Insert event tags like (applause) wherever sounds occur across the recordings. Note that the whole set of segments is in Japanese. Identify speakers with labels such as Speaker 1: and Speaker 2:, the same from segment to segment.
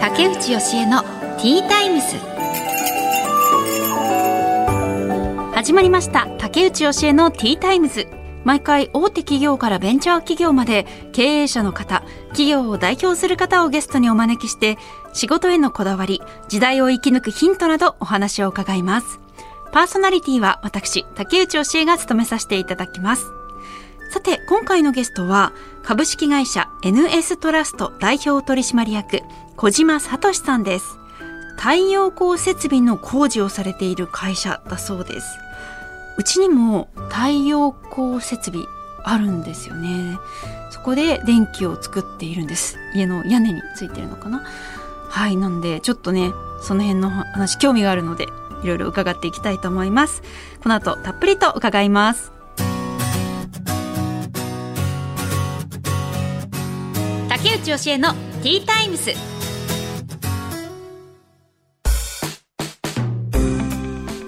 Speaker 1: 竹内義恵のティータイムス始まりました竹内義恵のティータイムズ毎回大手企業からベンチャー企業まで経営者の方企業を代表する方をゲストにお招きして仕事へのこだわり時代を生き抜くヒントなどお話を伺いますパーソナリティは私竹内義恵が務めさせていただきますさて、今回のゲストは、株式会社 NS トラスト代表取締役、小島聡さんです。太陽光設備の工事をされている会社だそうです。うちにも太陽光設備あるんですよね。そこで電気を作っているんです。家の屋根についてるのかな。はい、なんで、ちょっとね、その辺の話、興味があるので、いろいろ伺っていきたいと思います。この後、たっぷりと伺います。竹内義恵のティータイムス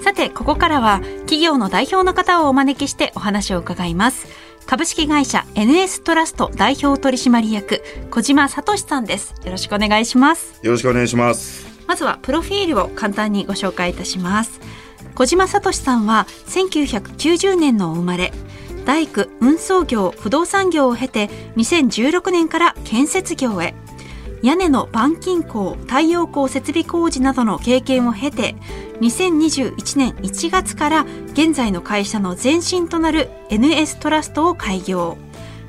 Speaker 1: さてここからは企業の代表の方をお招きしてお話を伺います株式会社 NS トラスト代表取締役小島聡さんですよろしくお願いします
Speaker 2: よろしくお願いします。
Speaker 1: まずはプロフィールを簡単にご紹介いたします小島聡さんは1990年のお生まれ大工運送業不動産業を経て2016年から建設業へ屋根の板金工太陽光設備工事などの経験を経て2021年1月から現在の会社の前身となる NS トラストを開業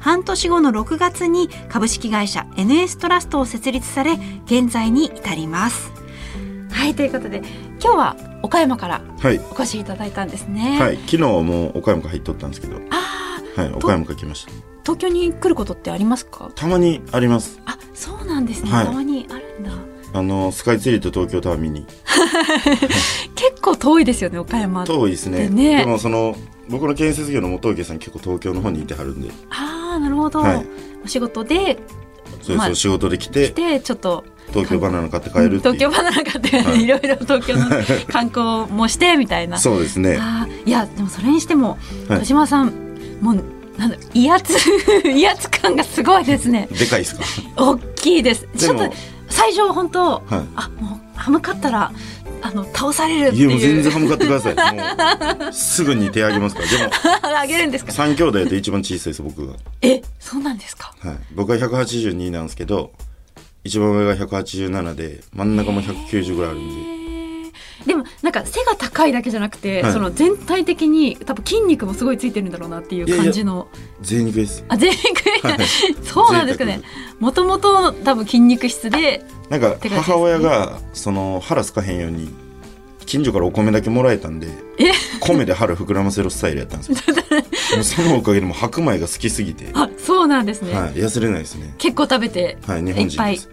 Speaker 1: 半年後の6月に株式会社 NS トラストを設立され現在に至りますはいということで今日は岡山から
Speaker 2: はい。
Speaker 1: お越しいただいたんですね、
Speaker 2: はい。昨日も岡山から入っとったんですけど、は
Speaker 1: あー
Speaker 2: い。岡山から来ました。
Speaker 1: 東京に来ることってありますか
Speaker 2: たまにあります。
Speaker 1: あそうなんですね、
Speaker 2: はい
Speaker 1: たまにあるんだ
Speaker 2: あの、スカイツリーと東京タワー見に。
Speaker 1: 結構遠いですよね岡山
Speaker 2: 遠いです
Speaker 1: で
Speaker 2: ね。
Speaker 1: ね
Speaker 2: でも、その、僕の建設業の元請けさん結構東京の方にいてはるんで、
Speaker 1: ああなるほど、
Speaker 2: はい
Speaker 1: お仕事で
Speaker 2: そう
Speaker 1: ま
Speaker 2: そ
Speaker 1: あ
Speaker 2: う、仕事で来
Speaker 1: 来
Speaker 2: て、
Speaker 1: てちょっと
Speaker 2: 東京バナナ買って帰るっていう。
Speaker 1: 東京離れかって、、
Speaker 2: はいい
Speaker 1: ろ (laughs) いろ東京の観光もしてみたいな
Speaker 2: そうですね。
Speaker 1: あーいやでもそれにしても
Speaker 2: はい
Speaker 1: 小島さん、もうなんだ威圧 (laughs) 威圧感がすごいですね
Speaker 2: でかいで
Speaker 1: (laughs)
Speaker 2: すか
Speaker 1: 大きいですち
Speaker 2: で
Speaker 1: ょっ
Speaker 2: も
Speaker 1: と、最初本当
Speaker 2: は
Speaker 1: あもう歯向かったらあの倒されるっ
Speaker 2: い。
Speaker 1: て
Speaker 2: いや、もう
Speaker 1: い
Speaker 2: 全
Speaker 1: う
Speaker 2: 然歯向かってください。もう、すぐに手あげますから。で
Speaker 1: (laughs)
Speaker 2: も、
Speaker 1: あげるんですか
Speaker 2: 3兄弟で一番小さいです、僕が。
Speaker 1: えそうなんですか
Speaker 2: はい、僕は182なんですけど一番上が187で真ん中も190ぐらいあるんで
Speaker 1: でもなんか背が高いだけじゃなくて、
Speaker 2: はい
Speaker 1: その全体的に多分筋肉もすごいついてるんだろうなっていう感じの
Speaker 2: 贅肉です
Speaker 1: あ全肉、
Speaker 2: はい
Speaker 1: (laughs) そうなんですかね
Speaker 2: 贅
Speaker 1: もともと多分筋肉質で
Speaker 2: なんか
Speaker 1: てか
Speaker 2: 母親がその腹すかへんように近所からお米だけもらえたんで
Speaker 1: え
Speaker 2: 米で腹膨らませるスタイルやったんですよ
Speaker 1: (laughs)
Speaker 2: もうそのおかげでもう白米が好きすぎて、は
Speaker 1: あそうなんですね、
Speaker 2: い、痩せれないですね
Speaker 1: 結構食べて
Speaker 2: はい日本人です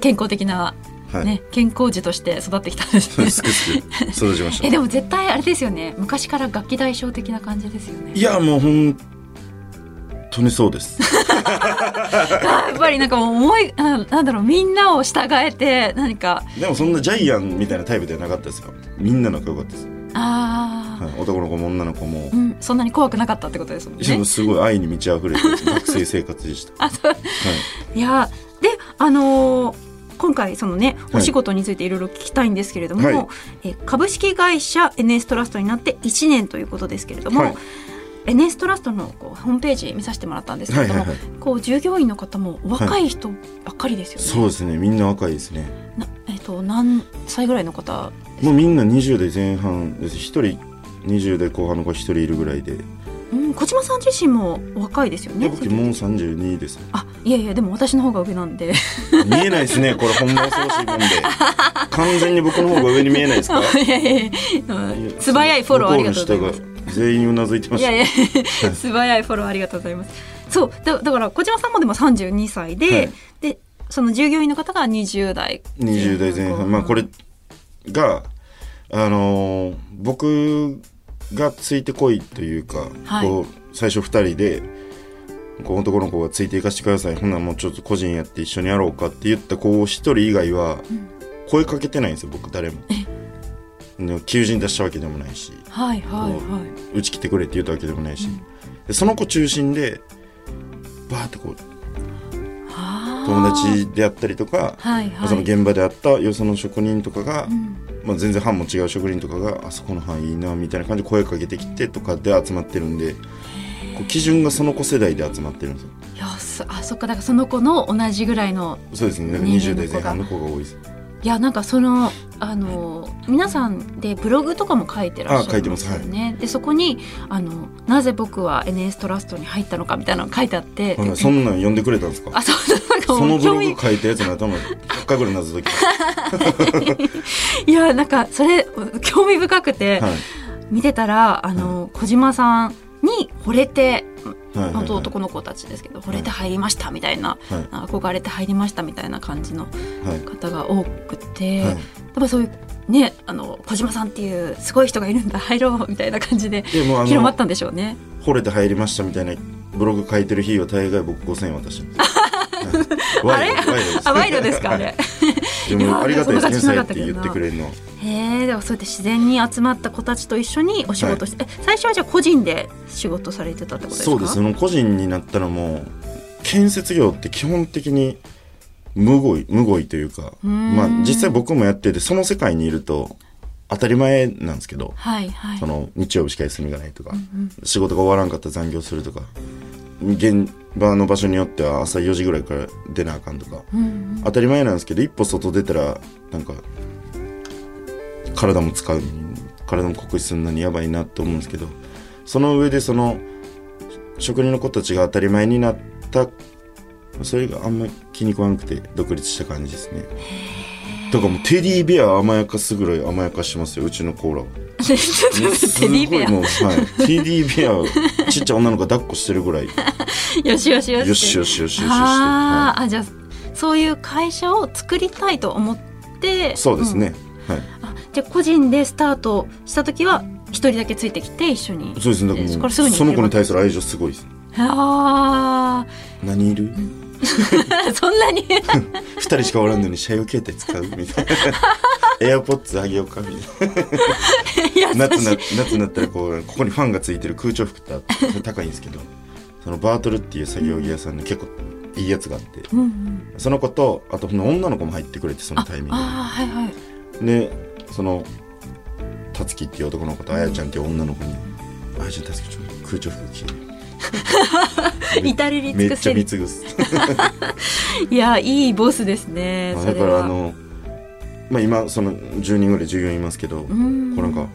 Speaker 1: 健康的な、
Speaker 2: はい、
Speaker 1: ね健康児として育ってきたんです
Speaker 2: そ
Speaker 1: ね
Speaker 2: うですすくすく育ちまし
Speaker 1: (laughs) え
Speaker 2: た
Speaker 1: でも絶対あれですよね昔から楽器大賞的な感じですよね
Speaker 2: いやもう本当にそうです
Speaker 1: やっぱりなんかもう思い (laughs) ななんだろうみんなを従えて何か
Speaker 2: でもそんなジャイアンみたいなタイプではなかったですよみんな仲良かったです、
Speaker 1: ああ、
Speaker 2: はい、男の子も女の子も、
Speaker 1: うんそんなに怖くなかったってことですもん
Speaker 2: いやも
Speaker 1: ね
Speaker 2: う。すごい愛に満ち溢れて
Speaker 1: (laughs)
Speaker 2: る学生生活でした。
Speaker 1: あそう
Speaker 2: はい
Speaker 1: やであのー今回そのね
Speaker 2: はい
Speaker 1: お仕事についていろいろ聞きたいんですけれども、
Speaker 2: はい
Speaker 1: え株式会社 NS トラストになって1年ということですけれども、
Speaker 2: はい
Speaker 1: NS トラストのこうホームページ見させてもらったんです
Speaker 2: い。
Speaker 1: け
Speaker 2: は
Speaker 1: れ
Speaker 2: い
Speaker 1: ども、
Speaker 2: はいはい。
Speaker 1: こう従業員の方もお若い人ばっかりですよね。
Speaker 2: そうですね。みんな若いですね。
Speaker 1: なえっ、と何歳ぐらいの方
Speaker 2: もうみんな20代前半です。一人20代後半の子一人いるぐらいで。
Speaker 1: うん小島さん自身もお若いですよ
Speaker 2: で
Speaker 1: ね。
Speaker 2: 僕もう32です。
Speaker 1: あいやいやでも私の方が上なんで
Speaker 2: 見えないですね。これほんま恐ろしいもんで。完全に僕の方が上に見えないですか。
Speaker 1: いやいやいやうん (laughs) 素早いフォローありがとうございます
Speaker 2: 向この人が全員うなずいてま
Speaker 1: い
Speaker 2: し
Speaker 1: や
Speaker 2: た。
Speaker 1: いや (laughs) 素早いフォローありがとうございます。そうだだから小島さんもでも三十二歳で、
Speaker 2: はい
Speaker 1: でその従業員の方が二十代
Speaker 2: 20代前半。まあこれが、あのー僕がついてこいというか、
Speaker 1: はい
Speaker 2: こう最初2人でこう男の子がついていかしてくださいほんならもうちょっと個人やって一緒にやろうかって言った子一人以外は声かけてないんですよ僕誰も。ね求人出したわけでもないし
Speaker 1: はいはいは
Speaker 2: うち来てくれって言ったわけでもないし、でその子中心でバーってこう
Speaker 1: あー
Speaker 2: 友達であったりとか、
Speaker 1: はいはい
Speaker 2: その現場であったよその職人とかが、
Speaker 1: うん
Speaker 2: まあ、全然班も違う職人とかがあそこの班いいなみたいな感じで声かけてきてとかで集まってるんでこう基準がその子世代で集まってるんですよ
Speaker 1: いやそあそっかだからその子の同じぐらいの
Speaker 2: そうですねだから
Speaker 1: 人間の子
Speaker 2: 20代前
Speaker 1: が
Speaker 2: 半の子が多いです
Speaker 1: いやなんかそのあの皆さんでブログとかも書いてらっしゃ
Speaker 2: あ書
Speaker 1: い
Speaker 2: いて
Speaker 1: ま
Speaker 2: ますす
Speaker 1: よね。でそこにあの「なぜ僕は NS トラストに入ったのか」みたいなのが書いてあって、
Speaker 2: ほらそんなん呼んでくれたんですか
Speaker 1: あそうそうなんか
Speaker 2: そ
Speaker 1: も
Speaker 2: の
Speaker 1: う
Speaker 2: ブロ
Speaker 1: 興
Speaker 2: グ
Speaker 1: 味
Speaker 2: 書いたやつの頭100回ぐらい謎解きまし
Speaker 1: いやなんかそれ興味深くて、
Speaker 2: たはい
Speaker 1: 見てたらあの、小島さんに惚れて
Speaker 2: はいは
Speaker 1: 本
Speaker 2: い
Speaker 1: 当
Speaker 2: は
Speaker 1: 男の子たちですけど、惚れて入りましたみたいな、
Speaker 2: いはい
Speaker 1: 憧れて入りましたみたいな感じの
Speaker 2: はい
Speaker 1: 方が多くて、
Speaker 2: は
Speaker 1: やっぱそういうねあの小島さんっていうすごい人がいるんだ (laughs) 入ろうみたいな感じで
Speaker 2: いでもうあ
Speaker 1: 広まっ
Speaker 2: の
Speaker 1: たんでしょうね。
Speaker 2: 惚れて入りましたみたいなブログ書いてる日は大概僕5000円渡してます
Speaker 1: (laughs)
Speaker 2: はい
Speaker 1: あれ
Speaker 2: 賄賂賄賂です
Speaker 1: あ賄賂ですかあ
Speaker 2: はい
Speaker 1: れ。
Speaker 2: (laughs)
Speaker 1: (laughs)
Speaker 2: で
Speaker 1: いや
Speaker 2: も
Speaker 1: ー
Speaker 2: ありがたい
Speaker 1: そんな
Speaker 2: です天
Speaker 1: 感じしな
Speaker 2: 才
Speaker 1: かっ
Speaker 2: った
Speaker 1: け
Speaker 2: て
Speaker 1: どな
Speaker 2: 言ってくれるのは
Speaker 1: へえではそうやって自然に集まった子たちと一緒にお仕事して、え最初はじゃあ個人で仕事されてたってことですか
Speaker 2: そうですその個人になったらもう建設業って基本的にむごいむごいというか
Speaker 1: ーん
Speaker 2: まあ実際僕もやっててその世界にいると当たり前なんですけど
Speaker 1: はいはい
Speaker 2: その日曜日しか休みがないとか、
Speaker 1: ん
Speaker 2: 仕事が終わらんかったら残業するとか現場の場所によっては朝4時ぐらいから出なあかんとか
Speaker 1: うんうん
Speaker 2: 当たり前なんですけど一歩外出たらなんか体も使う体も酷使するのにやばいなと思うんですけどその上でその職人の子たちが当たり前になったそれがあんまり気に食わなくて独立した感じですねだからもうテディベア甘やかすぐらい甘やかしますようちのコーラは
Speaker 1: ちょっと待って (laughs) テディベア
Speaker 2: もう、はい、テディベアをちっちゃい女の子が抱っこしてるぐらいよ
Speaker 1: (laughs) よしよしよし
Speaker 2: しよしよしよしよしして、
Speaker 1: あ
Speaker 2: は
Speaker 1: ーあじゃあそういう会社を作りたいと思って
Speaker 2: い、そうですね、はい
Speaker 1: うん、あじゃあ個人でスタートした時は一人だけついてきて一緒に
Speaker 2: そうですね。だ
Speaker 1: えーそこ
Speaker 2: から
Speaker 1: らす
Speaker 2: も
Speaker 1: ぐ
Speaker 2: う
Speaker 1: に
Speaker 2: その子に対する愛情すごいです。
Speaker 1: あ
Speaker 2: 何いる？
Speaker 1: あ (laughs) そんなに
Speaker 2: 二人しかおらんのに社用携帯使うみたい
Speaker 1: (laughs)
Speaker 2: な。エアポッツあげようかみた
Speaker 1: いや
Speaker 2: いな。夏な夏になったらこうここにファンがついてる空調服ってあって高いんですけど、そのバートルっていう作業着屋さんに結構いいやつがあって、
Speaker 1: うんうん、
Speaker 2: その子とあとその女の子も入ってくれてそのタイミング
Speaker 1: ああはいはい
Speaker 2: で。でそのたつきっていう男の子とあやちゃんっていう女の子に、あやちゃんたつきちょっと空調服着て。
Speaker 1: 至れり
Speaker 2: め
Speaker 1: 尽
Speaker 2: っ
Speaker 1: く
Speaker 2: ちゃ
Speaker 1: せ
Speaker 2: 見
Speaker 1: り
Speaker 2: つぐす。
Speaker 1: いやいいボスですね
Speaker 2: まあ
Speaker 1: そ
Speaker 2: だ
Speaker 1: れ
Speaker 2: から
Speaker 1: は
Speaker 2: あの、まあ、今その10人ぐらい従業員いますけど、
Speaker 1: うん
Speaker 2: こうなんか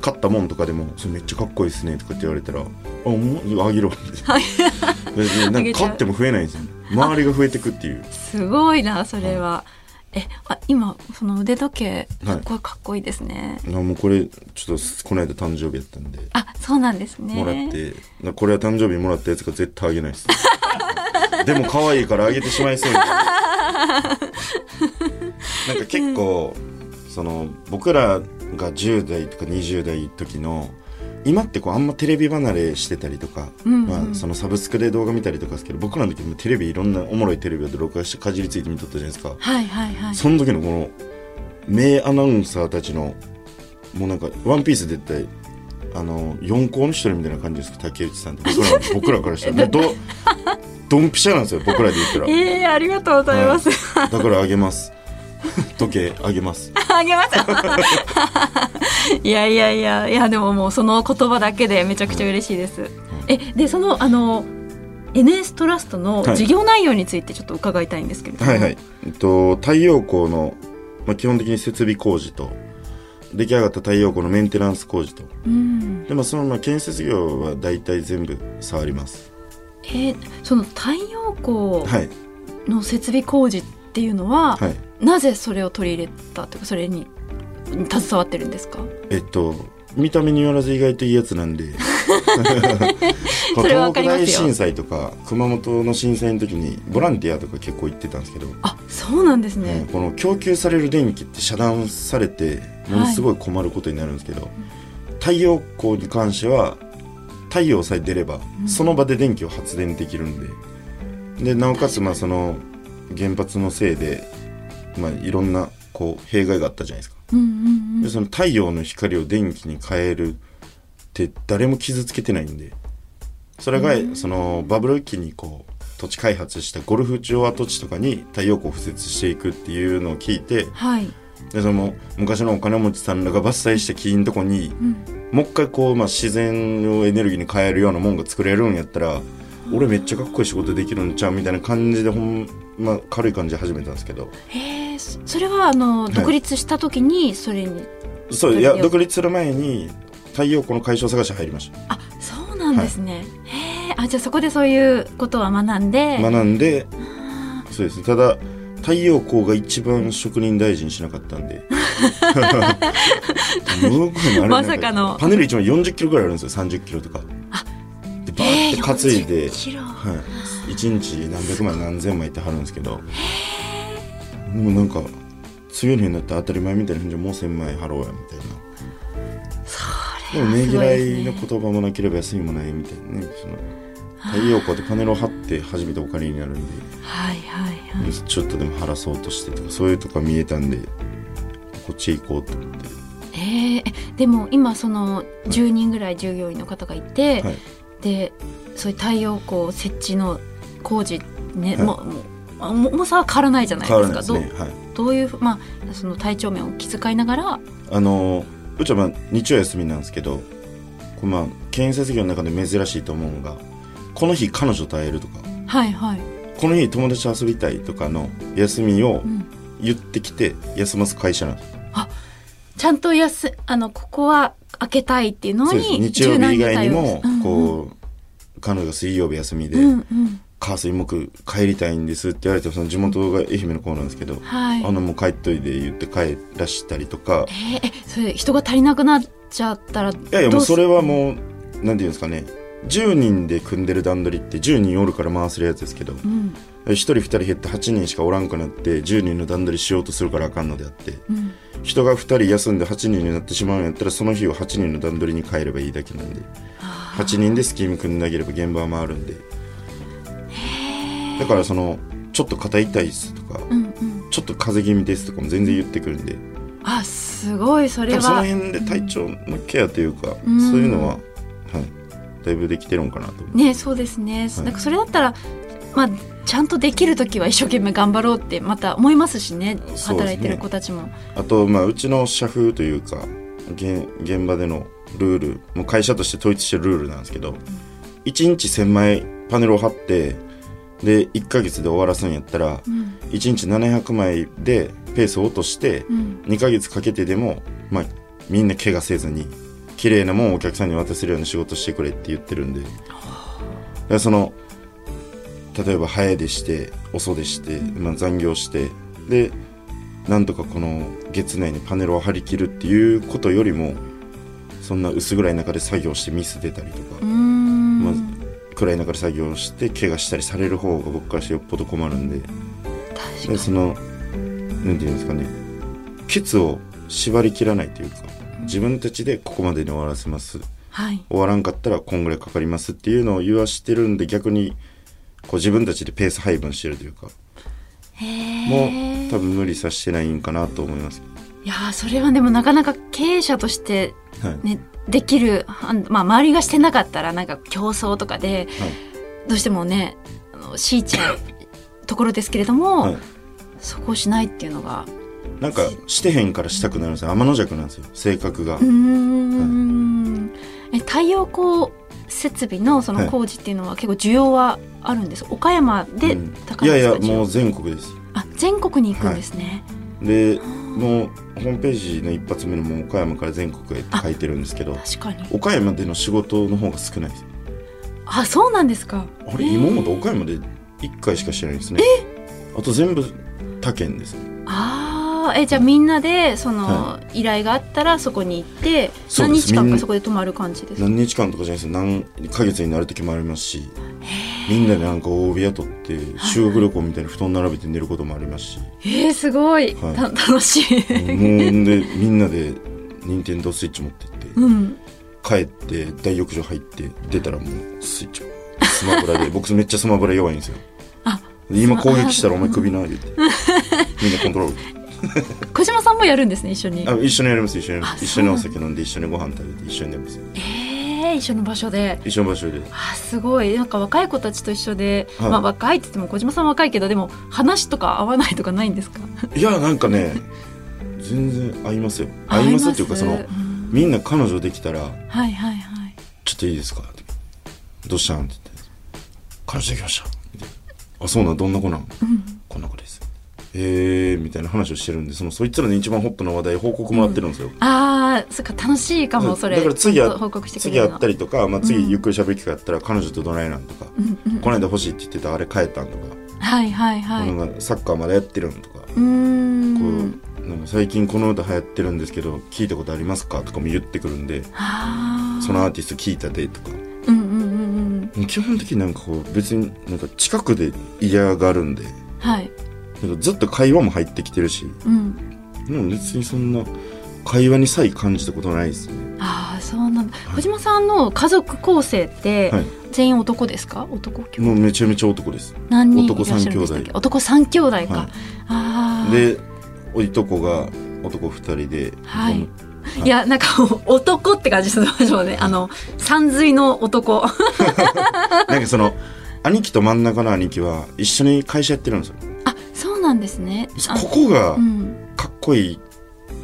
Speaker 2: 買ったもんとかでも「それめっちゃかっこいいですね」とかって言われたら「あおもあげろ」みたいな別になんか買っても増えないんですよね周りが増えてくっていう
Speaker 1: すごいなそれは、えあ今その腕時計
Speaker 2: は
Speaker 1: す
Speaker 2: い
Speaker 1: っごいかっこいいですね、
Speaker 2: あもうこれちょっとこの間誕生日やったんで
Speaker 1: あそうなんですね
Speaker 2: もらって、なこれは誕生日にもらったやつが絶対あげないです (laughs) でも可愛いからあげてしまいそう
Speaker 1: (laughs)
Speaker 2: になるなんか結構、その僕らが10代とか20代時の今ってこうあんまテレビ離れしてたりとか、
Speaker 1: うんうん
Speaker 2: まあ、そのサブスクで動画見たりとかですけど僕らの時もテレビいろんなおもろいテレビを録画してかじりついて見とったじゃないですか、
Speaker 1: はいはいはい
Speaker 2: その時のこの名アナウンサーたちのもうなんか「ワンピース絶対あの四校の一人みたいな感じですか竹内さんって僕ら僕らからした
Speaker 1: (laughs)
Speaker 2: らもうどドンピシャなんですよ僕らで言ったら
Speaker 1: えー、ありがとうございます、
Speaker 2: だからあげます時計あげます
Speaker 1: あげます (laughs) いやいやいやいやでももうその言葉だけでめちゃくちゃ嬉しいです、えでそのあの NS トラストの
Speaker 2: はい
Speaker 1: 事業内容についてちょっと伺いたいんですけれども、
Speaker 2: はいはい、えっと、太陽光の、まあ、基本的に設備工事と出来上がった太陽光のメンテナンス工事と
Speaker 1: うん
Speaker 2: でもそのまあ建設業は大体全部触ります
Speaker 1: えーその太陽光
Speaker 2: はい
Speaker 1: の設備工事っていうのは、
Speaker 2: はい
Speaker 1: なぜそれを取り入れたというかそれに携わってるんですか
Speaker 2: えっと見た目によらず意外といいやつなんで
Speaker 1: (laughs) それはわ
Speaker 2: 東
Speaker 1: か
Speaker 2: 北
Speaker 1: りますよ
Speaker 2: 大震災とか熊本の震災の時にボランティアとか結構行ってたんですけど、
Speaker 1: あそうなんです
Speaker 2: ね
Speaker 1: ね、
Speaker 2: この供給される電気って遮断されてものすごい困ることになるんですけど、太陽光に関しては太陽さえ出ればその場で電気を発電できるんで,、でなおかつまあその原発のせいで、まあ、いろんなこう弊害があったじゃないですか。
Speaker 1: うんうん
Speaker 2: でその太陽の光を電気に変えるって誰も傷つけてないんでそれがそのバブル期にこう土地開発したゴルフ場跡地とかに太陽光を敷設していくっていうのを聞いて
Speaker 1: はい。
Speaker 2: でその昔のお金持ちさんらが伐採した木のとこに
Speaker 1: うん。
Speaker 2: もう一回こう、まあ、自然をエネルギーに変えるようなもんが作れるんやったら俺めっちゃかっこいい仕事できるんちゃうみたいな感じでほんま軽い感じで始めたんですけど
Speaker 1: へえ、そそれはあの
Speaker 2: い
Speaker 1: 独立した時にそれに、
Speaker 2: そういや
Speaker 1: 太陽
Speaker 2: 独立する前に太陽光の解消探し入りました
Speaker 1: あ、そうなんですね。へえ、あじゃあそこでそういうことは学んで、
Speaker 2: 学んで
Speaker 1: あ
Speaker 2: そうですねただ太陽光が一番職人大事にしなかった
Speaker 1: (laughs)
Speaker 2: んでむごいなあれ
Speaker 1: まさかの
Speaker 2: なんパネル一枚40キロぐらいあるんですよ30キロとか
Speaker 1: あ
Speaker 2: で
Speaker 1: ー
Speaker 2: バーって担いで、
Speaker 1: 40キロ
Speaker 2: はい、1日何百枚何千枚って貼るんですけどもうなんか強いのになって当たり前みたいなふうにもう1000枚貼ろうやみたいなでもねぎらいの言葉もなければ安いもないみたいなねその太陽光ってパネルを貼って初めてお金になるんで。
Speaker 1: はいはいはい。
Speaker 2: ちょっとでも晴らそうとしてとかそういうとか見えたんでこっちへ行こうと思って、
Speaker 1: へええでも今その10人ぐらい従業員の方がいて、
Speaker 2: はい、
Speaker 1: でそういう太陽光設置の工事ね、
Speaker 2: はい
Speaker 1: もうもうあも重さは変わらないじゃないで
Speaker 2: 変わら
Speaker 1: す
Speaker 2: ない
Speaker 1: か
Speaker 2: ですねはい
Speaker 1: どうどういうふまあその体調面を気遣いながら
Speaker 2: あのうちはまあ日曜休みなんですけどこうまあ建設業の中で珍しいと思うのがこの日彼女と会えるとか
Speaker 1: はいはい、
Speaker 2: この日友達と遊びたいとかの休み
Speaker 1: う
Speaker 2: を
Speaker 1: ん、
Speaker 2: 言ってきて休ます会社なんです
Speaker 1: ちゃんとやすあのここは開けたいっていうの
Speaker 2: そうです
Speaker 1: に
Speaker 2: 日曜日以外にも
Speaker 1: う
Speaker 2: こう彼女が水曜日休みで
Speaker 1: んうん、うんうん
Speaker 2: 火水木帰りたいんですって言われてその地元が愛媛の子なんですけど、
Speaker 1: はい
Speaker 2: あのもう帰っといで言って帰らしたりとか
Speaker 1: えーえそれ人が足りなくなっちゃったら
Speaker 2: いやいやもうそれ
Speaker 1: は
Speaker 2: はもうなんていうんですかね10人で組んでる段取りって10人おるから回せるやつですけど
Speaker 1: うん
Speaker 2: 1人2人減って8人しかおらんくなって10人の段取りしようとするからあかんのであって
Speaker 1: うん
Speaker 2: 人が2人休んで8人になってしまうんやったらその日を8人の段取りに変えればいいだけなんで
Speaker 1: あー
Speaker 2: 8人でスキーム組んであげれば現場は回るんでだからそのちょっと肩痛いですとか
Speaker 1: うんうん
Speaker 2: ちょっと風邪気味ですとかも全然言ってくるんで
Speaker 1: あすごいそれ
Speaker 2: 多分その
Speaker 1: は
Speaker 2: 辺で体調のケアというか、
Speaker 1: うん
Speaker 2: そういうのは、はい、だいぶできてるんかなと思う
Speaker 1: ねそうですね、
Speaker 2: はい
Speaker 1: なんかそれだったらまあちゃんとできる時は一生懸命頑張ろうってまた思いますしね
Speaker 2: そうですね
Speaker 1: 働いてる子たちも、
Speaker 2: あと、まあ、うちの社風というか現現場でのルールもう会社として統一してるルールなんですけど、1日1,000枚パネルを貼ってで1ヶ月で終わらすんやったら、
Speaker 1: うん
Speaker 2: 1日700枚でペースを落として、
Speaker 1: うん
Speaker 2: 2ヶ月かけてでも、まあ、みんな怪我せずに綺麗なもんをお客さんに渡せるような仕事してくれって言ってるんでだからその例えば早でして遅でして、まあ、残業してでなんとかこの月内にパネルを張り切るっていうことよりもそんな薄暗い中で作業してミス出たりと
Speaker 1: うー
Speaker 2: か、
Speaker 1: ん、
Speaker 2: まあ、暗い中で作業して怪我したりされる方が僕からしてよっぽど困るんで。
Speaker 1: 確か
Speaker 2: で
Speaker 1: に
Speaker 2: そのなんていうんですかねケツを縛り切らないというか自分たちでここまでに終わらせます
Speaker 1: はい
Speaker 2: 終わらんかったらこんぐらいかかりますっていうのを言わしてるんで逆にこう自分たちでペース配分してるというか
Speaker 1: へえ
Speaker 2: もう多分無理させてないんかなと思います、
Speaker 1: いやーそれはでもなかなか経営者として
Speaker 2: はい
Speaker 1: ねできるはんまあ周りがしてなかったらなんか競争とかでどうしてもねあの強いちゃうところですけれども、
Speaker 2: はいはい、
Speaker 1: そこをしないっていうのが
Speaker 2: なんかしてへんからしたくなるんですよ天の弱なんですよ性格が、
Speaker 1: うーんえ太陽光設備のそ
Speaker 2: は
Speaker 1: の
Speaker 2: い
Speaker 1: 工事っていうのは結構需要はあるんです、岡山で
Speaker 2: うん
Speaker 1: 高
Speaker 2: い
Speaker 1: い
Speaker 2: や
Speaker 1: です
Speaker 2: い
Speaker 1: か
Speaker 2: やもう全国です
Speaker 1: あ全国に行くんですね、
Speaker 2: でもうホームページの一発目のもう岡山から全国へって書いてるんですけど
Speaker 1: 確かに
Speaker 2: 岡山での仕事の方が少ないです
Speaker 1: あそうなんですか
Speaker 2: あれ
Speaker 1: へー
Speaker 2: 今まで岡山で1回しかしてないですねあと全部他県です
Speaker 1: あーえじゃあみんなでその、
Speaker 2: は
Speaker 1: 依頼があったらそこに行って
Speaker 2: そう
Speaker 1: 何
Speaker 2: です
Speaker 1: 日間
Speaker 2: みん
Speaker 1: か
Speaker 2: な
Speaker 1: そこで泊まる感じですか
Speaker 2: 何日間とかじゃないですよ何ヶ月になる時もありますしみんなでなんか大部屋取って修学旅行みたいに布団並べて寝ることもあります
Speaker 1: (laughs)
Speaker 2: しも
Speaker 1: えー、すごい、
Speaker 2: はい
Speaker 1: た楽し
Speaker 2: う
Speaker 1: い
Speaker 2: ほんでみんなで任天堂スイッチ持ってって
Speaker 1: (laughs) うん
Speaker 2: 帰って大浴場入って出たらもうスイッチスマブラ
Speaker 1: (laughs)
Speaker 2: で僕めっちゃスマブラ弱いんですよ
Speaker 1: あ
Speaker 2: で今攻撃したらお前首な言って
Speaker 1: (laughs)
Speaker 2: みんなコントロール
Speaker 1: 小島さんもやるんですね一緒に
Speaker 2: あ一緒にやります一緒にやりま
Speaker 1: あ
Speaker 2: す一
Speaker 1: そ
Speaker 2: 緒
Speaker 1: う
Speaker 2: に
Speaker 1: なん
Speaker 2: お
Speaker 1: だ
Speaker 2: 酒飲んで一緒にご飯食べて一緒にやります
Speaker 1: えええ一緒の場所で
Speaker 2: 一緒の場所で
Speaker 1: あすごいなんか若い子たちと一緒で、
Speaker 2: はい
Speaker 1: まあ、若いって言っても小島さんは若いけどでも話とか合わないとかないんですか (laughs)
Speaker 2: (laughs) いやなんかね全然合いますよ合いますっていうかその
Speaker 1: ん
Speaker 2: みんな彼女できたら
Speaker 1: はいはいはい
Speaker 2: 「ちょっといいですか?」って「どうしたん?」って言って「彼女できました」みたいなあそうなんどんな子なん?」こんな子です」えー、みたいな話をしてるんでそのそいつらに一番ホットな話題報告もらってるんですよ、
Speaker 1: あーそっか楽しいかもそれ
Speaker 2: だから次
Speaker 1: ちょっと
Speaker 2: は
Speaker 1: 報告してくれ
Speaker 2: 次
Speaker 1: る
Speaker 2: 会
Speaker 1: の
Speaker 2: ったりとか、まあ、次ゆっくり喋る機会あったら、彼女とどないなんとか、
Speaker 1: うんうん
Speaker 2: この間欲しいって言ってたあれ変えたんとか、
Speaker 1: はいはいはい
Speaker 2: なんかサッカーまだやってるんとか、
Speaker 1: うーん
Speaker 2: こうなんか最近この歌流行ってるんですけど聞いたことありますかとかも言ってくるんで
Speaker 1: あー
Speaker 2: そのアーティスト聞いたでとか
Speaker 1: うんうんうんうん
Speaker 2: 基本的になんかこう別になんか近くで嫌がるんで
Speaker 1: はい
Speaker 2: なんかずっと会話も入ってきてるし
Speaker 1: うん
Speaker 2: でも別にそんな会話にさえ感じたことないですね
Speaker 1: ああそうなんだ小島さんの家族構成って
Speaker 2: はい
Speaker 1: 全員男ですか男兄弟
Speaker 2: もうめちゃめちゃ男です
Speaker 1: 何人いらっしゃるんでしたっけ男三兄弟か、
Speaker 2: はい
Speaker 1: ああ
Speaker 2: でおいとこが男2人で、
Speaker 1: はい
Speaker 2: こ
Speaker 1: いやなんかもう男って感じしますもんねあの三髄の男 (laughs)
Speaker 2: のなんかその兄貴と真ん中の兄貴は一緒に会社やってるんですよ
Speaker 1: あそうなんですねあ
Speaker 2: ここが
Speaker 1: うん
Speaker 2: かっこい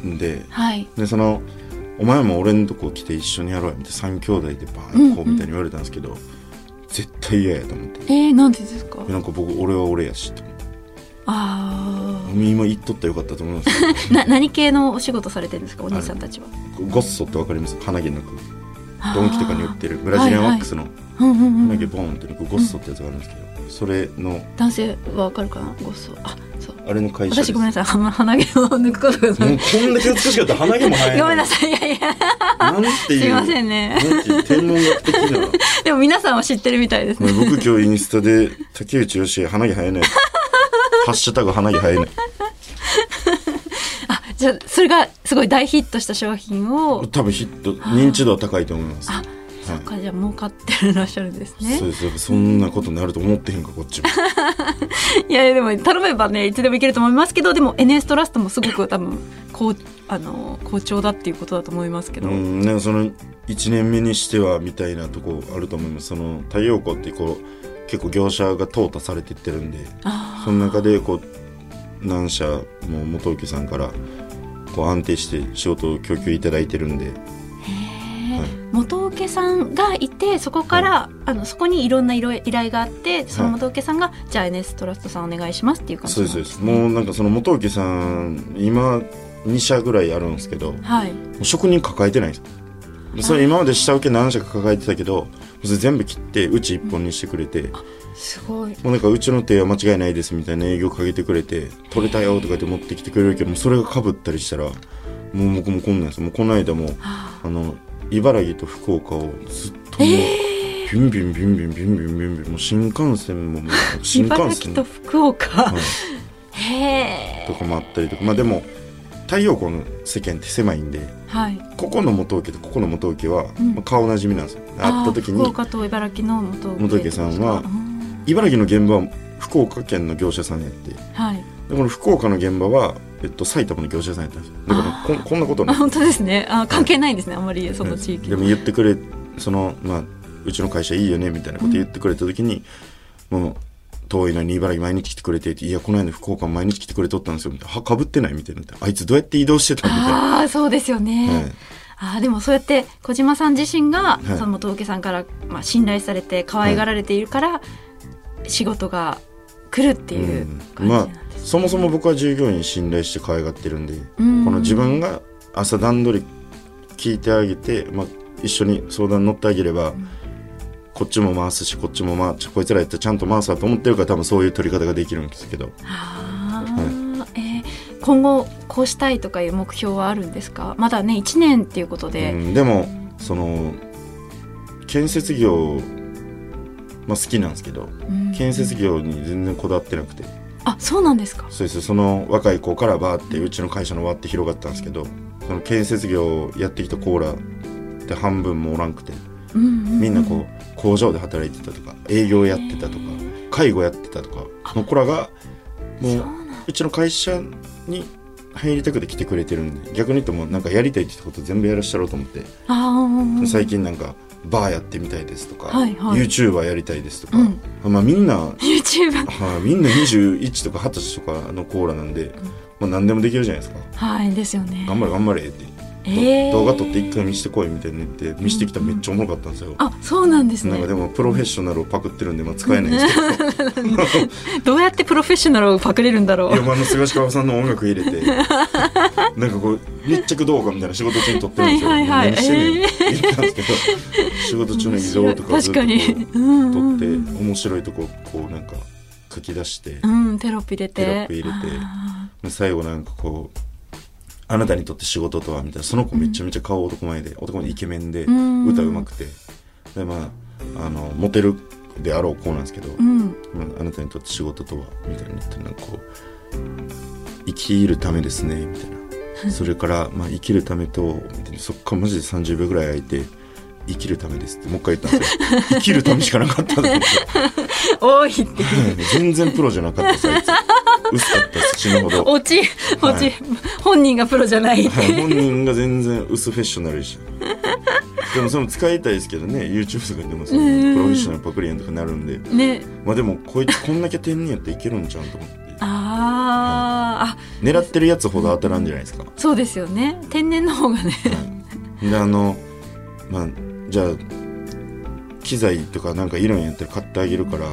Speaker 2: いんで、
Speaker 1: はい
Speaker 2: でその「お前も俺のとこ来て一緒にやろうよ」みたいな3兄弟でバーンこうみたいに言われたんですけど、絶対嫌やと思って
Speaker 1: えー、なんでですか
Speaker 2: なんか僕俺は俺やしと思って
Speaker 1: あ
Speaker 2: 今言っとったらよかったと思
Speaker 1: (laughs)
Speaker 2: います
Speaker 1: あな何系のお仕事されてるんですかお兄さんたちは
Speaker 2: ゴッソってわかります鼻毛抜くドンキとかに売ってるブラジリアンワックスの
Speaker 1: あーうんうんう
Speaker 2: 鼻毛
Speaker 1: ん
Speaker 2: ボーンって抜くゴッソってやつがあるんですけど、それの
Speaker 1: 男性はわかるかなごっそあそう
Speaker 2: あれの会社で
Speaker 1: 私
Speaker 2: す
Speaker 1: ごめんなさいあんま鼻毛を抜くことが
Speaker 2: も
Speaker 1: な
Speaker 2: う
Speaker 1: い
Speaker 2: こんだけ美しかったら鼻毛も生えない
Speaker 1: ご (laughs) めんなさいいやいや
Speaker 2: なんていう
Speaker 1: すいませんね
Speaker 2: なんていう天文学的
Speaker 1: (laughs)
Speaker 2: な
Speaker 1: でも皆さんは知ってるみたいです
Speaker 2: も
Speaker 1: ね
Speaker 2: う僕今日インスタで「竹内よし鼻
Speaker 1: (laughs)
Speaker 2: 毛生えない」「ハッシュタグ鼻毛生えない」
Speaker 1: あじゃあそれがすごい大ヒットした商品を
Speaker 2: 多分ヒット認知度は高いと思います
Speaker 1: あそっ
Speaker 2: は
Speaker 1: かじゃあ儲かってらっしゃるんです
Speaker 2: い
Speaker 1: ね
Speaker 2: そうですだからそんなことになると思ってへんかこっちも
Speaker 1: いやいやでも頼めばねいつでもいけると思いますけどでも NS トラストもすごく多分こうあの好調だっていうことだと思いますけど、
Speaker 2: うんなんかその1年目にしてはみたいなとこあると思いますその太陽光ってこう結構業者が淘汰されてってるんで
Speaker 1: あ
Speaker 2: その中でこう何社も元請けさんからこう安定して仕事を供給いただいてるんで
Speaker 1: ーへー
Speaker 2: はい
Speaker 1: 元請けさんがいてそこから、あのそこにいろんな依頼依頼があってその元請けさんが、じゃあ NS トラストさんお願いしますっていう感じ
Speaker 2: そう
Speaker 1: なん
Speaker 2: ですそう
Speaker 1: ね
Speaker 2: ですもうなんかその元請けさん今2社ぐらいあるんですけども
Speaker 1: はいう
Speaker 2: 職人抱えてないんですよそれ今まで下請け何社か抱えてたけどそれ全部切ってうち一本にしてくれても
Speaker 1: すごいう
Speaker 2: なんかうちの手は間違いないですみたいな営業かけてくれて取れたよとか言って持ってきてくれるけどもうそれがかぶったりしたらもう僕もこんなんですもうこの間も
Speaker 1: あ
Speaker 2: あの茨城と福岡をずっともう、ビュンビュンビュンビュンビュンビュンビュンビュンもう新幹線ももう新
Speaker 1: 茨
Speaker 2: 幹線
Speaker 1: 城
Speaker 2: の
Speaker 1: と福岡、
Speaker 2: はい
Speaker 1: へえ
Speaker 2: とかもあったりとかまあでも太陽光の世間って狭いんで
Speaker 1: はい
Speaker 2: ここの元請けとここの元請けは、
Speaker 1: うん
Speaker 2: まあ、顔なじみなんですよ会った時
Speaker 1: あー福
Speaker 2: に
Speaker 1: 岡と茨城の元請
Speaker 2: 元請けさん
Speaker 1: う
Speaker 2: は
Speaker 1: ん
Speaker 2: 茨城の現場は福岡県の業者さんやってで
Speaker 1: はい
Speaker 2: この福岡の現場は、えっと、埼玉の業者さんやったんですよだからこんこんなこと
Speaker 1: あ
Speaker 2: ない
Speaker 1: 本当ですねあ関係ないんですねあんまり (laughs) その地域
Speaker 2: でも言ってくれそのまあうちの会社いいよねみたいなこと言ってくれた時に、もう遠いのに茨城毎日来てくれてっていやこの間福岡毎日来てくれとったんですよみたいなはかぶってないみたいなあいつどうやって移動してたみたいな。
Speaker 1: ああそうですよね、
Speaker 2: はい
Speaker 1: あーでもそうやって小島さん自身が、
Speaker 2: はい
Speaker 1: その元請さんから、まあ、信頼されて可愛がられているから、仕事が来るっていう感じな
Speaker 2: まあ
Speaker 1: んです、
Speaker 2: そもそも僕は従業員信頼して可愛がってるんで、
Speaker 1: うん
Speaker 2: この自分が朝段取り聞いてあげて、まあ、一緒に相談乗ってあげれば、こっちも回すしこっちも回すこいつらやったらちゃんと回すわと思ってるから多分そういう取り方ができるんですけど
Speaker 1: あーえー今後こうしたいとかいう目標はあるんですかまだね1年っていうこと
Speaker 2: う
Speaker 1: で、
Speaker 2: ん、でもその建設業、まあ、好きなんですけ
Speaker 1: う
Speaker 2: ど
Speaker 1: ん
Speaker 2: 建設業に全然こだわってなくて
Speaker 1: あそうなんですか
Speaker 2: そうですその若い子からバーってうちの会社の輪って広がったんですけどその建設業をやってきたコーラって半分もおらんくて
Speaker 1: うんうんうん
Speaker 2: みんなこう工場で働いてたとか営業やってたとか介護やってたとかの子らがもううちの会社に入りたくて来てくれてるんで逆に言うともうなんかやりたいって言ったこと全部やらしてやろうと思って
Speaker 1: あーうんうん
Speaker 2: 最近なんかバーやってみたいですとか、
Speaker 1: はいはい
Speaker 2: YouTuber やりたいですとか、
Speaker 1: うん
Speaker 2: まあ、みんな、は
Speaker 1: YouTube
Speaker 2: いみんな21とか20歳とかのコーラなんで、まあ、何でもできるじゃないですか
Speaker 1: はいですよね
Speaker 2: 頑張れ頑張れって、
Speaker 1: えー
Speaker 2: 動画撮って一回見してこいみたいに言って見してきたらめっちゃおもろかったんですよ、
Speaker 1: あそうなんです
Speaker 2: なんか
Speaker 1: ね
Speaker 2: でもプロフェッショナルをパクってるんで、まあ、使えないんですけ
Speaker 1: (laughs)
Speaker 2: ど
Speaker 1: どうやってプロフェッショナルをパクれるんだろう
Speaker 2: 山の菅氏川さんの音楽入れ
Speaker 1: (laughs)
Speaker 2: てなんかこう密着動画みたいな仕事中に撮ってるんですよ。
Speaker 1: はいはいはい
Speaker 2: 何してんねんって言った
Speaker 1: (laughs)
Speaker 2: んですけど、仕事中の移動とかをずっとこう
Speaker 1: 面白い確かにうんうん
Speaker 2: 撮
Speaker 1: う
Speaker 2: っ
Speaker 1: ん
Speaker 2: て面白いとここうなんか書き出して
Speaker 1: う、んテロップ入れて
Speaker 2: テロップ入れて
Speaker 1: あ
Speaker 2: 最後なんかこう。あなたにとって仕事とはみたいなその子めちゃめちゃ顔男前で、男のイケメンで、
Speaker 1: うん
Speaker 2: 歌うまくてでまああのモテるであろう子なんですけど、
Speaker 1: ーうん
Speaker 2: まあ、あなたにとって仕事とはみたいなのってなんかこう生きるためですねみたいなそれから、まあ、生きるためとみたいなそっからマジで30秒ぐらい空いて生きるためですってもう一回言ったんで
Speaker 1: (laughs)
Speaker 2: すよ生きるためしかなかったんですよ
Speaker 1: 多いって
Speaker 2: 全然プロじゃなかったですあいつ薄かったです死ぬほど
Speaker 1: 落ち
Speaker 2: はい
Speaker 1: 落ち、本人がプロじゃないって
Speaker 2: はい本人が全然薄フェッショナルでしたでもその使いたいですけどね YouTube とかにでもその
Speaker 1: うん
Speaker 2: プロフェッショナルパクリエンとかなるんで
Speaker 1: ね
Speaker 2: まあでもこいつこんだけ天然やっていけるんじゃうんと思って
Speaker 1: あーあ
Speaker 2: 狙ってるやつほど当たらんじゃないですか、
Speaker 1: そうですよね天然の方がね
Speaker 2: はい、であのまあじゃあ機材とかなんかいるんやったら買ってあげるからあ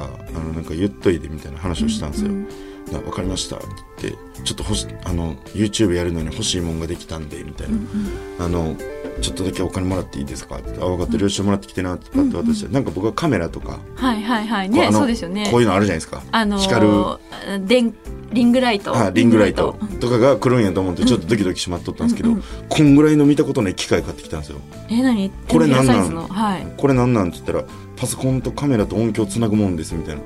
Speaker 2: のなんか言っといてみたいな話をしたんですよ、
Speaker 1: うん
Speaker 2: な分かりましたって言ってちょっと欲しあの YouTube やるのに欲しいもんができたんでみたいな、あのちょっとだけお金もらっていいですかって言ってあ分かった了承もらってきてなってパッて渡して、なんか僕はカメラとか、
Speaker 1: はいはいはい
Speaker 2: こうあ
Speaker 1: ね
Speaker 2: の
Speaker 1: そうですよね
Speaker 2: こういうのあるじゃないですか、
Speaker 1: あのー
Speaker 2: 光る
Speaker 1: でんリングライト
Speaker 2: あリングライトとかが来るんやと思ってちょっとドキドキしまっとったんですけど、こんぐらいの見たことない機械買ってきたんですよ
Speaker 1: え何
Speaker 2: これなん
Speaker 1: 手の
Speaker 2: な
Speaker 1: ひ
Speaker 2: ん
Speaker 1: らサイズのはい
Speaker 2: これなんなんって言ったらパソコンとカメラと音響つなぐもんですみたいな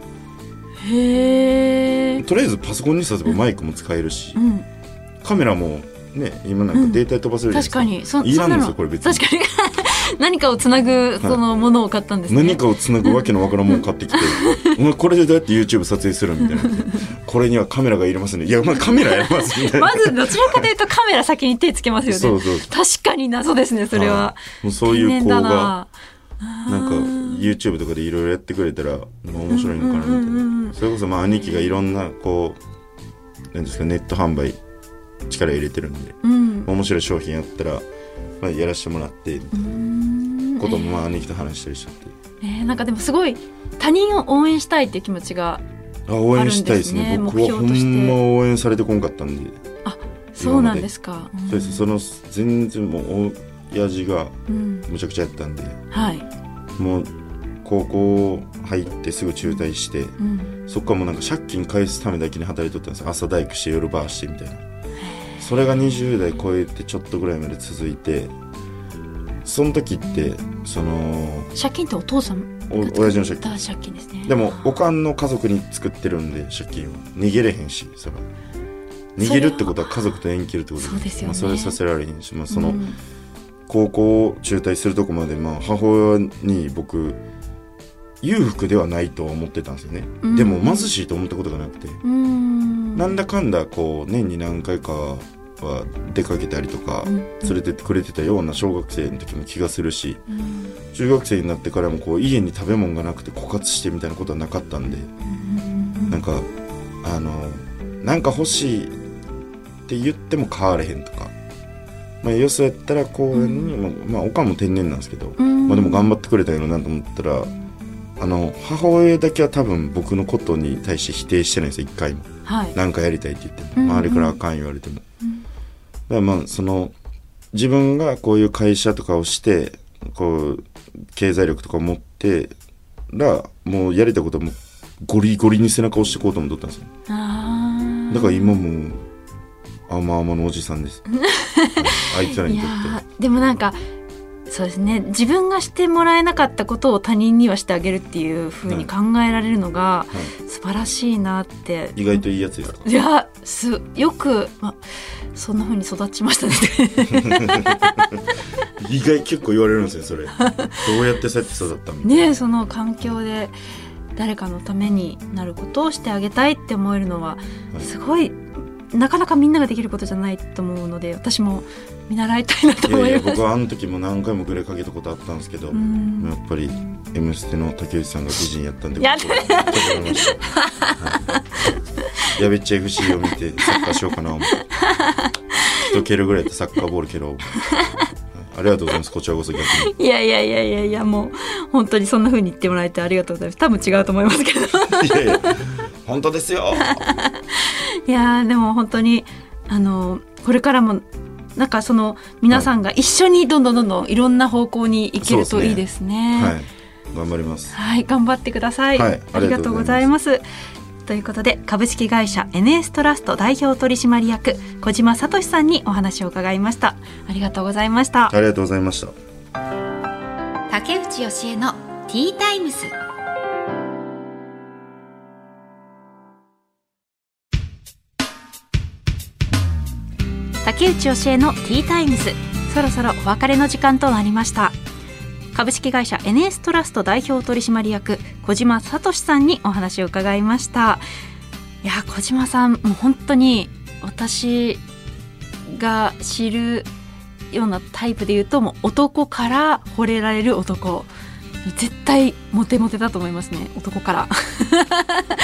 Speaker 1: へえ
Speaker 2: とりあえずパソコンに挿せばマイクも使えるし、
Speaker 1: うん
Speaker 2: カメラもね今なんかデータ飛ばせるじゃないです
Speaker 1: 確
Speaker 2: か、
Speaker 1: かにそ
Speaker 2: いらん
Speaker 1: そ
Speaker 2: で
Speaker 1: の
Speaker 2: すよこれ別に
Speaker 1: 確かに (laughs) 何かをつなぐそのものを買ったんですね、
Speaker 2: 何かをつなぐわけのわからんもん買ってきて「お前これでどうやって YouTube 撮影する?」みたいな「これにはカメラがいりますね」「いやお前カメラやります」みたいな
Speaker 1: (laughs) まずどちらかというとカメラ先に手つけますよね
Speaker 2: そうそう
Speaker 1: 確かに謎です (laughs) ねそれは、
Speaker 2: いもうそういう子
Speaker 1: 天然だ
Speaker 2: が
Speaker 1: な
Speaker 2: なんか YouTube とかでいろいろやってくれたら、まあ、面白いのかなみたいな、
Speaker 1: うんうんうんうん
Speaker 2: それこそまあ兄貴がいろんなこうなんですかネット販売力入れてるんで
Speaker 1: うん
Speaker 2: 面白い商品やったら、まあ、やらせてもらってみたいなこともまあ兄貴と話したりしちゃって、
Speaker 1: えーなんかでもすごい他人を応援したいっていう気持ちが
Speaker 2: あ応援したいです
Speaker 1: あ
Speaker 2: ね
Speaker 1: るんです
Speaker 2: 僕
Speaker 1: ね
Speaker 2: はほ
Speaker 1: 目標として
Speaker 2: んま応援されてこんかったんで、
Speaker 1: あそうなんですかうん
Speaker 2: そうですその全然もう親父が
Speaker 1: うん
Speaker 2: むちゃくちゃやったんで
Speaker 1: はい、
Speaker 2: もう高校入ってすぐ中退して、
Speaker 1: うん、
Speaker 2: そっからもうなんか借金返すためだけに働いとったんですよ朝大工して夜バーしてみたいなそれが20代超えてちょっとぐらいまで続いてその時ってその
Speaker 1: 借金ってお父さん
Speaker 2: お親父の借金
Speaker 1: だ借金ですね
Speaker 2: でもおかんの家族に作ってるんで借金を逃げれへんしそれは逃げるってことは家族と縁切るってこと
Speaker 1: そうですよね
Speaker 2: まあ、それさせられへんし、まあ、そうの
Speaker 1: ん
Speaker 2: 高校を中退するとこまで、まあ、母親に僕裕福ではないとは思ってたんですよね、
Speaker 1: うん
Speaker 2: でも貧しいと思ったことがなくて、
Speaker 1: うん
Speaker 2: なんだかんだこう年に何回かは出かけたりとか
Speaker 1: うん
Speaker 2: 連れてってくれてたような小学生の時も気がするし
Speaker 1: うん
Speaker 2: 中学生になってからもこう家に食べ物がなくて枯渇してみたいなことはなかったんでなんかあのなんか欲しいって言っても買われへんとかまあよそやったらこうにもまあおかんも天然なんですけど
Speaker 1: うん
Speaker 2: まあでも頑張ってくれたよなと思ったらあの母親だけは多分僕のことに対して否定してないんですよ一回も。
Speaker 1: はい
Speaker 2: なんかやりたいって言って
Speaker 1: うんうん
Speaker 2: も周りからあかん言われても、だからまあその自分がこういう会社とかをしてこう経済力とかを持ってらもうやりたいことはもうゴリゴリに背中を押していこうと思っとったんですよ
Speaker 1: あー
Speaker 2: だから今もう甘々のおじさん
Speaker 1: (laughs)
Speaker 2: ですあいつら
Speaker 1: い
Speaker 2: に
Speaker 1: や
Speaker 2: とって
Speaker 1: ーでもなんかそうですね自分がしてもらえなかったことを他人にはしてあげるっていうふうに考えられるのが素晴らしいなって、
Speaker 2: 意外といいやつですか
Speaker 1: いやすよく、ま、そんなふうに育ちましたね
Speaker 2: 意外結構言われるんですよそれどうやってさっき育っ
Speaker 1: (laughs)
Speaker 2: たみたいな、
Speaker 1: ねその環境で誰かのためになることをしてあげたいって思えるのは
Speaker 2: はい
Speaker 1: すごいなかなかみんなができることじゃないと思うので私も見習いたいなと
Speaker 2: いや
Speaker 1: 思
Speaker 2: い
Speaker 1: い
Speaker 2: や
Speaker 1: ます
Speaker 2: 僕はあの時も何回もぐらいかけたことあったんですけどや
Speaker 1: ん
Speaker 2: っぱり「M ステ」の竹内さんが美人やったんで
Speaker 1: や
Speaker 2: 僕はちょっと思いましたはいやべっちゃ FC を見てサッカーしようかな思って人蹴るぐらいでサッカーボール蹴ろう思ってはいありがとうございますこちらこそ逆に
Speaker 1: いやいやいやいやいやもう本当にそんな風に言ってもらえてありがとうございます多分違うと思いますけ
Speaker 2: (laughs)
Speaker 1: ど
Speaker 2: いやいや本当ですよ
Speaker 1: いやーでも本当にあのこれからもなんかその皆さんが一緒にどんどんどんどんいろんな方向に行ける
Speaker 2: そう
Speaker 1: と
Speaker 2: ですね
Speaker 1: いいですね。
Speaker 2: はい頑張ります
Speaker 1: はい、頑張ってください。
Speaker 2: はい
Speaker 1: ありがとうございます。ということで株式会社 NS トラスト代表取締役小島聡さんにお話を伺いました。ありがとうございました。
Speaker 2: ありがとうございました
Speaker 1: 竹内義恵のティータイムス。竹内義恵のティータイムス。そろそろお別れの時間となりました。株式会社 NS トラスト代表取締役小島聡さんにお話を伺いました。いや小島さんもう本当に私が知るようなタイプで言うともう男から惚れられる男絶対モテモテだと思いますね男から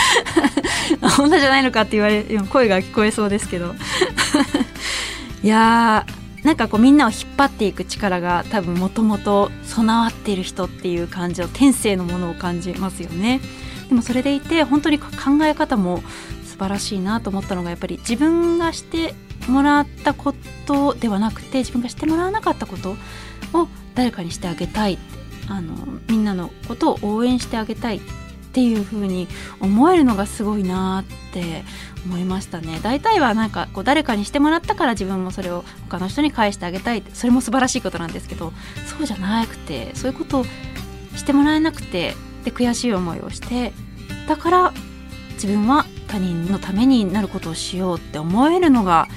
Speaker 1: (laughs) 女じゃないのかって言われ声が聞こえそうですけど (laughs) いやーなんかこうみんなを引っ張っていく力が多分もともと備わっている人っていう感じの天性のものを感じますよねでもそれでいて本当に考え方も素晴らしいなと思ったのがやっぱり自分がしてもらったことではなくて自分がしてもらわなかったことを誰かにしてあげたいあのみんなのことを応援してあげたいっていう風に思えるのがすごいなって思いましたね大体はなんかこう誰かにしてもらったから自分もそれを他の人に返してあげたいってそれも素晴らしいことなんですけどそうじゃなくてそういうことをしてもらえなくてで悔しい思いをしてだから自分は他人のためになることをしようって思えるのが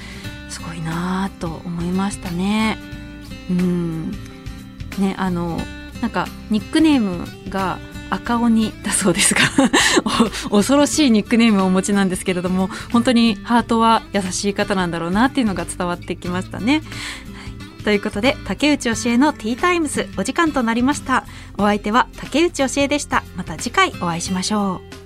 Speaker 1: すごいなぁと思いましたね。うんねあのなんかニックネームが赤鬼だそうですが (laughs) お恐ろしいニックネームをお持ちなんですけれども本当にハートは優しい方なんだろうなっていうのが伝わってきましたね。はいということで竹内教えのティータイムスお時間となりました。お相手は竹内教えでした。また次回お会いしましょう。